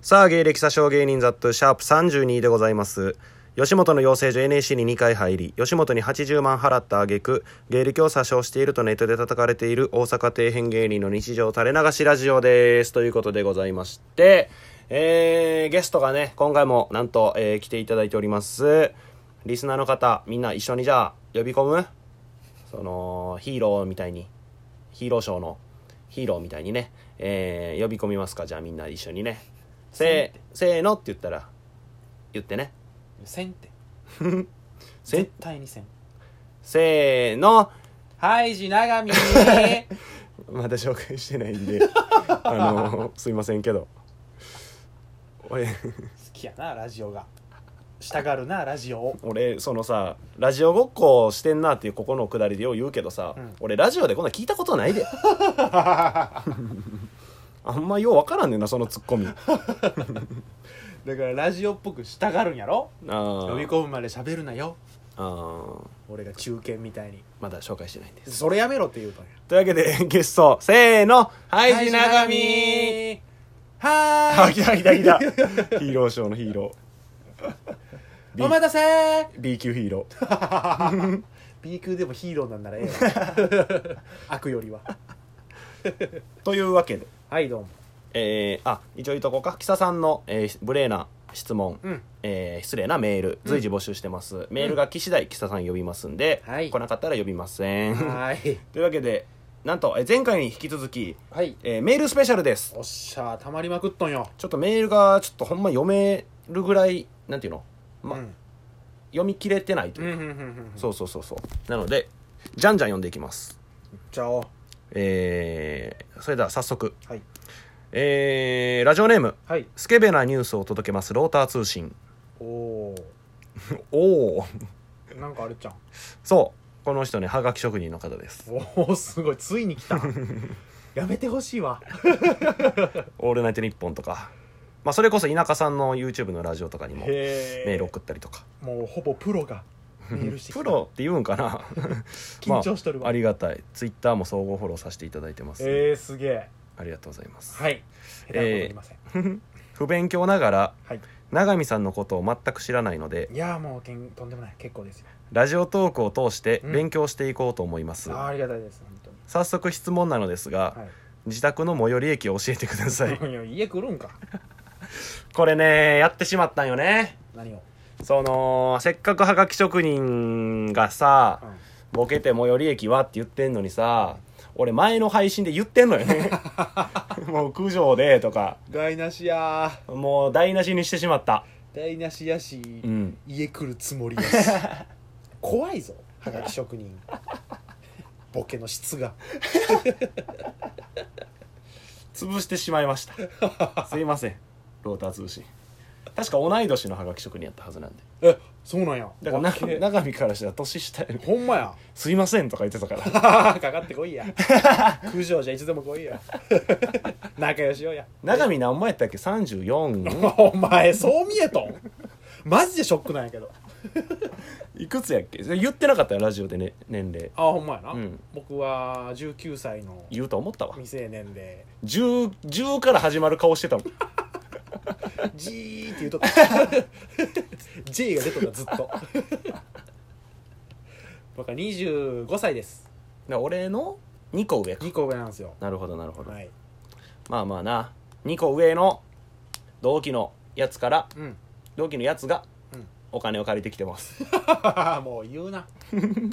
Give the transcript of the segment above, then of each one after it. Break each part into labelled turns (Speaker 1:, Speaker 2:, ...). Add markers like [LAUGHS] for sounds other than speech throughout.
Speaker 1: さあ、芸歴詐称芸人ザットシャープ32でございます。吉本の養成所 NAC に2回入り、吉本に80万払った挙句、芸歴を詐称しているとネットで叩かれている大阪底辺芸人の日常垂れ流しラジオです。ということでございまして、えー、ゲストがね、今回もなんと、えー来ていただいております。リスナーの方、みんな一緒にじゃあ、呼び込むその、ヒーローみたいに、ヒーローショーのヒーローみたいにね、えー呼び込みますかじゃあみんな一緒にねせーせーのって言ったら言ってね
Speaker 2: せんって
Speaker 1: せ
Speaker 2: 対にせん
Speaker 1: せーの
Speaker 2: ハイジ長 [LAUGHS] 見
Speaker 1: まだ紹介してない
Speaker 2: [LAUGHS]
Speaker 1: んであのすいませんけど俺
Speaker 2: 好きやなラジオがしたがるなラジオを
Speaker 1: 俺そのさラジオごっこしてんなっていうここのくだりでよう言うけどさ、
Speaker 2: うん
Speaker 1: 俺ラジオでこんなん聞いたことない
Speaker 2: [LAUGHS]
Speaker 1: であんまようわからんねんなそのツッコミあ
Speaker 2: だからラジオっぽくしたがるんやろ
Speaker 1: ー
Speaker 2: 呼び込むまで喋るなよ
Speaker 1: あー
Speaker 2: 俺が中堅みたいに
Speaker 1: まだ紹介してないんです
Speaker 2: それやめろって言うとんや
Speaker 1: というわけで [LAUGHS] ゲストせーのハイジナガミ
Speaker 2: は
Speaker 1: あ、
Speaker 2: ー
Speaker 1: [LAUGHS]
Speaker 2: い
Speaker 1: 来た来た来た。ヒーローショーのヒーロー。
Speaker 2: [LAUGHS] お待たせ
Speaker 1: B 級ヒーロー。
Speaker 2: B 級でもヒーローなんならええわ [LAUGHS] 悪よりは
Speaker 1: というわけで、
Speaker 2: はいどうも
Speaker 1: えー、あ、一応言っとこうか。キサさんの、えー、無礼な質問、
Speaker 2: うん
Speaker 1: えー失礼なメール、随時募集してます。メールが来次第、キサさん呼びますんで、
Speaker 2: はい
Speaker 1: 来なかったら呼びません。
Speaker 2: はーい
Speaker 1: [LAUGHS] というわけで、なんと、えー前回に引き続き、
Speaker 2: はい
Speaker 1: えーメールスペシャルです。
Speaker 2: おっしゃたまりまくっとんよ
Speaker 1: ちょっとメールが、ちょっとほんま読めるぐらい、なんていうの、ま
Speaker 2: うん
Speaker 1: 読み切れてないと
Speaker 2: う
Speaker 1: い
Speaker 2: ん
Speaker 1: う、
Speaker 2: うんうんうん
Speaker 1: そうそうそうそう。なので、じゃんじゃん読んでいきます。
Speaker 2: じゃあお
Speaker 1: えーそれでは早速、
Speaker 2: はい
Speaker 1: えーラジオネーム
Speaker 2: はい
Speaker 1: スケベなニュースを届けますローター通信
Speaker 2: おお
Speaker 1: おお
Speaker 2: なんかあれちゃん
Speaker 1: そうこの人ねはがき職人の方です
Speaker 2: おおすごいついに来
Speaker 1: [LAUGHS]
Speaker 2: たやめてほしいわ
Speaker 1: 「オールナイトニッポン」とか、まあ、それこそ田舎さんの YouTube のラジオとかにもメ
Speaker 2: へ
Speaker 1: ール送ったりとか
Speaker 2: もうほぼプロがメールしてきた
Speaker 1: プロって言うんかな
Speaker 2: 緊張しとる
Speaker 1: [LAUGHS]
Speaker 2: わ、
Speaker 1: ありがたい Twitter も総合フォローさせていただいてます、
Speaker 2: えー、すげえ
Speaker 1: ありがとうございます、
Speaker 2: はい下手なこと言いません、
Speaker 1: 不勉強ながら
Speaker 2: はい、
Speaker 1: 永見さんのことを全く知らないので
Speaker 2: いやーもうけんとんでもない結構ですよ
Speaker 1: ラジオトークを通して
Speaker 2: うん
Speaker 1: 勉強していこうと思います、
Speaker 2: あーありがたいです本
Speaker 1: 早速質問なのですが、
Speaker 2: 当
Speaker 1: 自宅の最寄り駅を教えてくださ
Speaker 2: に、
Speaker 1: い
Speaker 2: はい、いや家来るんか
Speaker 1: [LAUGHS] これねやってしまったんよね
Speaker 2: 何を、
Speaker 1: そのせっかくはがき職人がさ
Speaker 2: うん
Speaker 1: ボケて最寄り駅はって言ってんのにさ俺前の配信で言ってんのよ
Speaker 2: [LAUGHS]
Speaker 1: ねもう九条でとか
Speaker 2: 台無しや
Speaker 1: もう台無しにしてしまった
Speaker 2: ー台無しやし、
Speaker 1: うん
Speaker 2: 家来るつもり
Speaker 1: [LAUGHS]
Speaker 2: やし怖いぞはがき職人ボケの質が
Speaker 1: 潰してしまいましたすいませんローター通信確か同い年のはがき職人やったはずなんで
Speaker 2: えそうなんや
Speaker 1: だからな
Speaker 2: わけ
Speaker 1: 長見からしたら年下やね
Speaker 2: ほんまや
Speaker 1: すいませんとか言ってたから
Speaker 2: [LAUGHS] かかってこいや九条じゃいつでも来いや [LAUGHS] 仲良しようや
Speaker 1: 長見何前やったっけ 34?
Speaker 2: お前そう見えとんマジでショックなんやけど
Speaker 1: いくつやっけ言ってなかったよラジオでね年齢
Speaker 2: あほんまやな、
Speaker 1: うん
Speaker 2: 僕は19歳の
Speaker 1: 言うと思ったわ
Speaker 2: 未成年で
Speaker 1: 10, 10から始まる顔してたもん
Speaker 2: ジーって言うとった [LAUGHS] J が出とったずっと [LAUGHS] 僕は25歳です
Speaker 1: な俺の2個上か
Speaker 2: 2個上なんですよ
Speaker 1: なるほどなるほど、
Speaker 2: はい
Speaker 1: まあまあな2個上の同期のやつから
Speaker 2: うん [LAUGHS]
Speaker 1: 同期のやつが
Speaker 2: うん
Speaker 1: お金を借りてきてます
Speaker 2: もう言
Speaker 1: [LAUGHS]
Speaker 2: うな全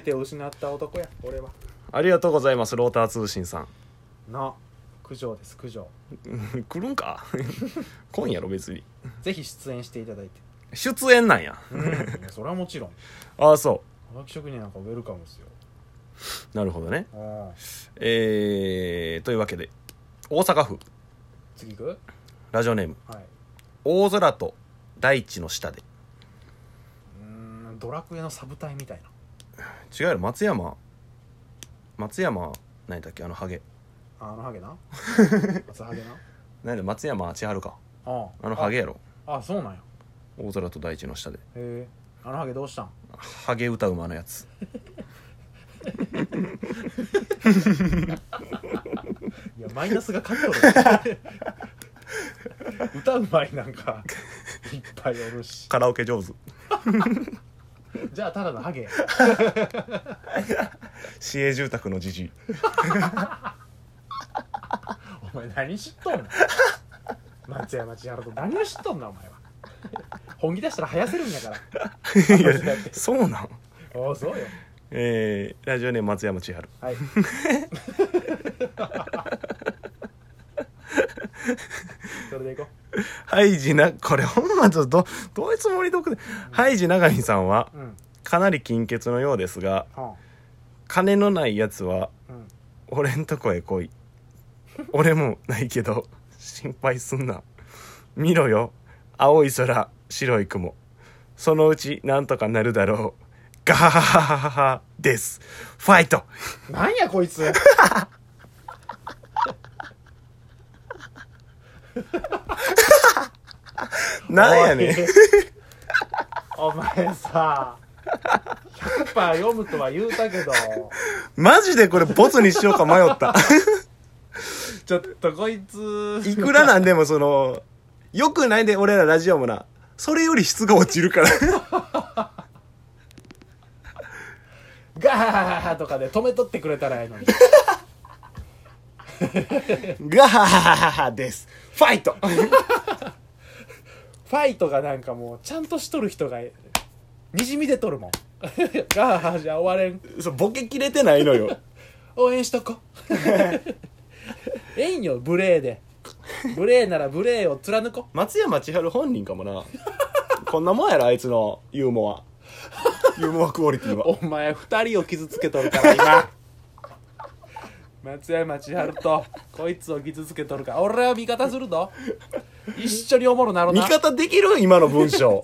Speaker 2: てを失った男や俺は
Speaker 1: ありがとうございますローター通信さん [LAUGHS]
Speaker 2: な九条です九条
Speaker 1: 来るんか [LAUGHS] 来んやろ別に
Speaker 2: ぜひ出演していただいて、
Speaker 1: 出演なんや
Speaker 2: [LAUGHS] それはもちろん
Speaker 1: ああそ
Speaker 2: はがき職人なんかウェルカムですよ
Speaker 1: うなるほどね
Speaker 2: ああ
Speaker 1: えー、というわけで大阪府
Speaker 2: 次行く
Speaker 1: ラジオネーム
Speaker 2: はい
Speaker 1: 大空と大地の下で
Speaker 2: うーんドラクエのサブ隊みたいな
Speaker 1: 違うよ松山松山何だっけあのハゲ
Speaker 2: ああのハ
Speaker 1: [LAUGHS]
Speaker 2: ゲな松ハゲな
Speaker 1: 何だ松山千春か
Speaker 2: あ
Speaker 1: あのハゲやろ
Speaker 2: ああそうなんや
Speaker 1: 大空と大地の下で
Speaker 2: へえあのハゲどうしたん
Speaker 1: ハゲ歌馬のやつ [LAUGHS]
Speaker 2: いやマイナスが勝っとる歌うまいなんかいっぱいおるし
Speaker 1: カラオケ上手
Speaker 2: じゃあただのハゲ
Speaker 1: 市営住宅のじじい
Speaker 2: お前何知っとんの松山千春と何を知っとんのお前は本気出したら生やせるんやから
Speaker 1: [LAUGHS]
Speaker 2: [LAUGHS]
Speaker 1: いやそうなん
Speaker 2: おおそうよ
Speaker 1: えー、ラジオネーム松山千春
Speaker 2: はいそれでいこ
Speaker 1: ハイジなこれほんまちょっとどどういうつもりどくでハイジ永井さんは
Speaker 2: ううん
Speaker 1: かなり金欠のようですが
Speaker 2: は
Speaker 1: 金のないやつは
Speaker 2: あうん
Speaker 1: 俺んとこへ来い俺もないけど心配すんな見ろよ青い空白い雲そのうちなんとかなるだろうガハハハハハですファイト
Speaker 2: なんやこいつ
Speaker 1: なんやねん
Speaker 2: おいお前さ100パー読むとは言うたけど
Speaker 1: マジでこれボツにしようか迷った
Speaker 2: ちょっとこいつ
Speaker 1: いくらなんでもそのよくないで俺らラジオもなそれより質が落ちるから
Speaker 2: ガーとかで止めとってくれたらええのに
Speaker 1: ガハハハハですファイト
Speaker 2: ファイトがなんかもうちゃんとしとる人がにじみ出とるもん [LAUGHS] ガーじゃ終われん
Speaker 1: そうボケきれてないのよ
Speaker 2: 応援しとこ [LAUGHS] ええんよ無礼で無礼なら無礼を貫こ
Speaker 1: 松山千春本人かもなこんなもんやろあいつのユーモアユーモアクオリティは
Speaker 2: お前二人を傷つけとるから [LAUGHS] 今松山千春とこいつを傷つけとるから俺は味方するぞ一緒におもろなる
Speaker 1: 味
Speaker 2: な
Speaker 1: 方できる今の文章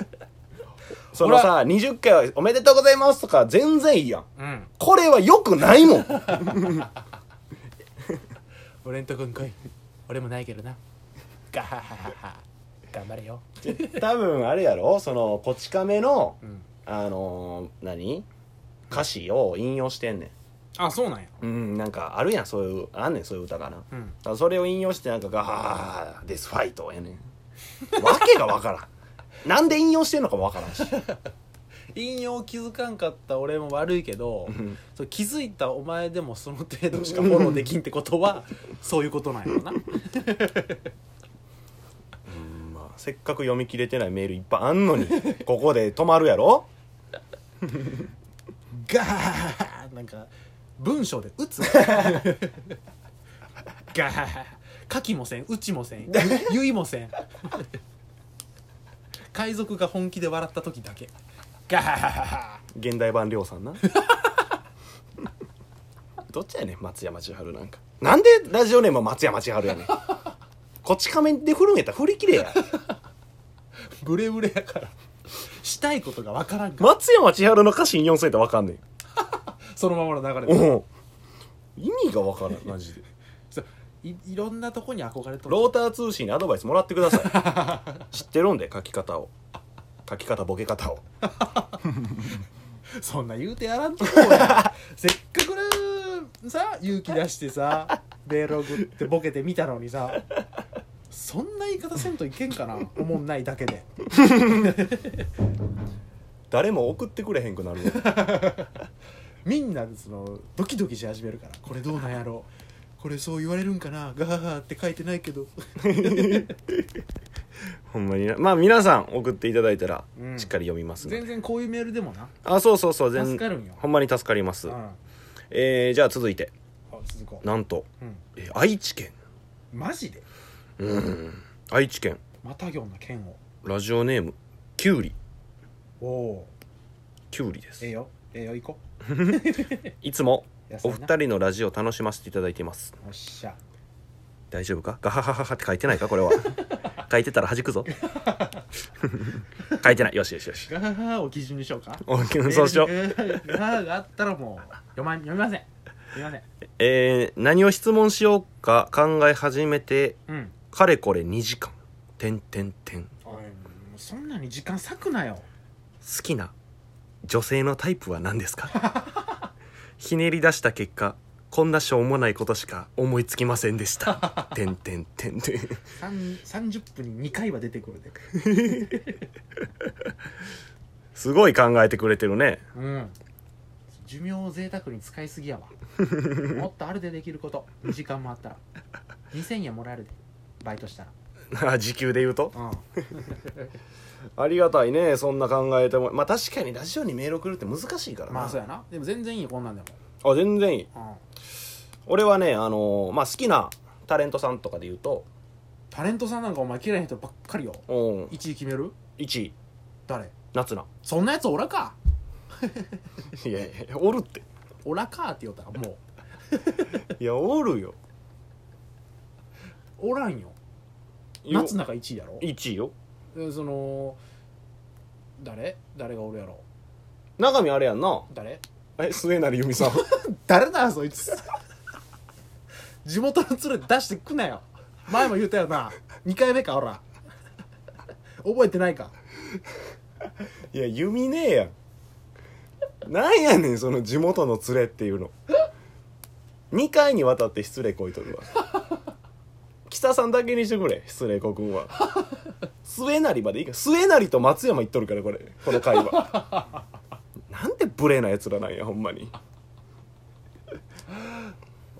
Speaker 1: そのさ20回は「おめでとうございます」とか全然いいやん
Speaker 2: うん
Speaker 1: これはよくないもん
Speaker 2: 俺んとこん来い俺もないけどなガハハハハ頑張れよ
Speaker 1: 多分あれやろそのこち亀の
Speaker 2: うん
Speaker 1: あのー何歌詞を引用してんね
Speaker 2: あそうなんや
Speaker 1: んうんなんかあるやんそういうあんねんそういう歌かなだか
Speaker 2: うん
Speaker 1: らそれを引用してなんかガーデスファイトやねん [LAUGHS] わけがわからんなんで引用してんのかもわからん
Speaker 2: [LAUGHS]
Speaker 1: し
Speaker 2: 引用気づかんかった俺も悪いけどそう気づいたお前でもその程度しかフォローできんってことはそういうことなんやろな
Speaker 1: まあ、せっかく読み切れてないメールいっぱいあんのにここで止まるやろ
Speaker 2: [LAUGHS] ガーなんか文章で打 [LAUGHS] つガー書きもせん打ちもせん [LAUGHS] ゆ言いもせん海賊が本気で笑った時だけガー
Speaker 1: 現代版りょうさんな [LAUGHS] どっちやねん松山千春なんかなんでラジオネーム松山千春やねんこっち仮面で振るんやったら振り切れや
Speaker 2: ブレブレやからしたいことがわからんから
Speaker 1: 松山千春の歌詞引用されたらわかんねん
Speaker 2: そのままの流れで
Speaker 1: うん意味がわからんマジで
Speaker 2: そういいろんなとこに憧れとる
Speaker 1: ローター通信にアドバイスもらってください [LAUGHS] 知ってるんで書き方を書き方ボケ方を
Speaker 2: そんな言うてやらんとこうや
Speaker 1: [LAUGHS]
Speaker 2: せっかくさ勇気出してさベログってボケてみたのにさそんな言い方せんといけんかなおもんないだけで
Speaker 1: 誰も送ってくれへんくなるわ
Speaker 2: みんなそのドキドキし始めるからこれどうなんやろうこれそう言われるんかなガハハって書いてないけど
Speaker 1: ほんまになまあ皆さん送っていただいたら
Speaker 2: うん
Speaker 1: しっかり読みますので、
Speaker 2: 全然こういうメールでもな
Speaker 1: あそうそうそう全
Speaker 2: 助かるんよ
Speaker 1: ほんまに助かります、
Speaker 2: うんあ
Speaker 1: えーじゃあ続いて
Speaker 2: 続こ
Speaker 1: なんと、
Speaker 2: う、うん、
Speaker 1: えー愛知県
Speaker 2: マジで
Speaker 1: うん愛知県
Speaker 2: また行の剣を
Speaker 1: ラジオネームきゅうり
Speaker 2: おお
Speaker 1: きゅうりです、
Speaker 2: ええよええよ行こう
Speaker 1: いつも
Speaker 2: 野菜
Speaker 1: お
Speaker 2: な
Speaker 1: 二人のラジオ楽しませていただいています
Speaker 2: おっしゃ
Speaker 1: 大丈夫かガハハハハって書いてないかこれは [LAUGHS] 書いてたら弾くぞ [LAUGHS] 書いてないよしよしよし
Speaker 2: ガハハを基準にしようか
Speaker 1: お [LAUGHS] そうし
Speaker 2: [LAUGHS]
Speaker 1: よう
Speaker 2: メールにガーがあったらもう読ま読みません読みません
Speaker 1: えー何を質問しようか考え始めて
Speaker 2: うん
Speaker 1: かれこれ2時間てんてんてん
Speaker 2: おいもうそんなに時間割くなよ
Speaker 1: 好 [LAUGHS] きな女性のタイプは何ですかひねり出した結果こんなしょうもないことしか思いつきませんでした。てんてんてんて [LAUGHS] ん。
Speaker 2: 三30分に2回は出てくるね
Speaker 1: すごい考えてくれてるね。 [LAUGHS]
Speaker 2: うん寿命を贅沢に使いすぎや [LAUGHS] わもっとあるでできること時間もあったら2000円もらえるでバイトしたら
Speaker 1: あ時給で言うと。
Speaker 2: うん
Speaker 1: ありがたいね、そんな考えても。まあ確かにラジオにメール送るって難しいからな。
Speaker 2: まあそうやなでも全然いいよこんなんで
Speaker 1: あ全然いい。
Speaker 2: も、うん、
Speaker 1: 俺はね、あのーまあ好きなタレントさんとかで言うと、
Speaker 2: タレントさんなんかお前嫌いな人ばっかりよ
Speaker 1: うん、
Speaker 2: 1位決める
Speaker 1: 1位、
Speaker 2: 誰
Speaker 1: 夏菜。
Speaker 2: そんなやつおらか
Speaker 1: [LAUGHS] いやいや、おるって。
Speaker 2: おらかって言うたらもう
Speaker 1: いや、おるよ。
Speaker 2: おらんよ夏菜が1位やろ
Speaker 1: 1位よ。
Speaker 2: でその誰誰がおるやろ
Speaker 1: 中身あれやんな。
Speaker 2: 誰
Speaker 1: え、末成由美さん。
Speaker 2: 誰だよそいつ地元の連れ出してくなよ前も言ったよな2回目かほら覚えてないか
Speaker 1: いや、弓ねえやん。なんやねん、その地元の連れっていうの。2回にわたって失礼こいとるわ。北さんだけにしてくれ、失礼こくんは。末成までいいか。末成と松山行っとるから、これ。この会話。なんて無礼な奴らなんや、ほんまに。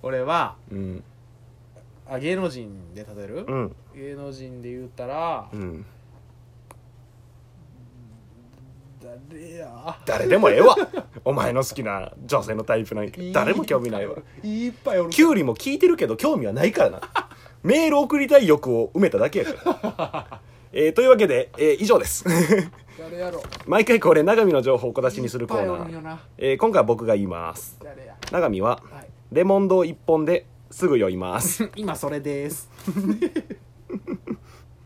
Speaker 2: 俺は
Speaker 1: うん。
Speaker 2: あ芸能人で例える、
Speaker 1: うん。
Speaker 2: 芸能人で言ったら、
Speaker 1: うん。
Speaker 2: 誰や
Speaker 1: 誰でもええわ。お前の好きな女性のタイプなんか、誰も興味ないわ。
Speaker 2: いっぱいおる
Speaker 1: キュウリも聞いてるけど興味はないから
Speaker 2: [LAUGHS]
Speaker 1: な。メール送りたい欲を埋めただけやから。えーというわけで、えー以上です。 [LAUGHS]
Speaker 2: 誰やろ
Speaker 1: 毎回これ、長見の情報を小出しにするコー
Speaker 2: いっぱい
Speaker 1: ナ
Speaker 2: おるよ
Speaker 1: ー。
Speaker 2: な
Speaker 1: えー今回は僕が言います。
Speaker 2: 誰や
Speaker 1: 長見は、
Speaker 2: はい [LAUGHS]
Speaker 1: レモンド一本ですぐ酔います。
Speaker 2: 今それです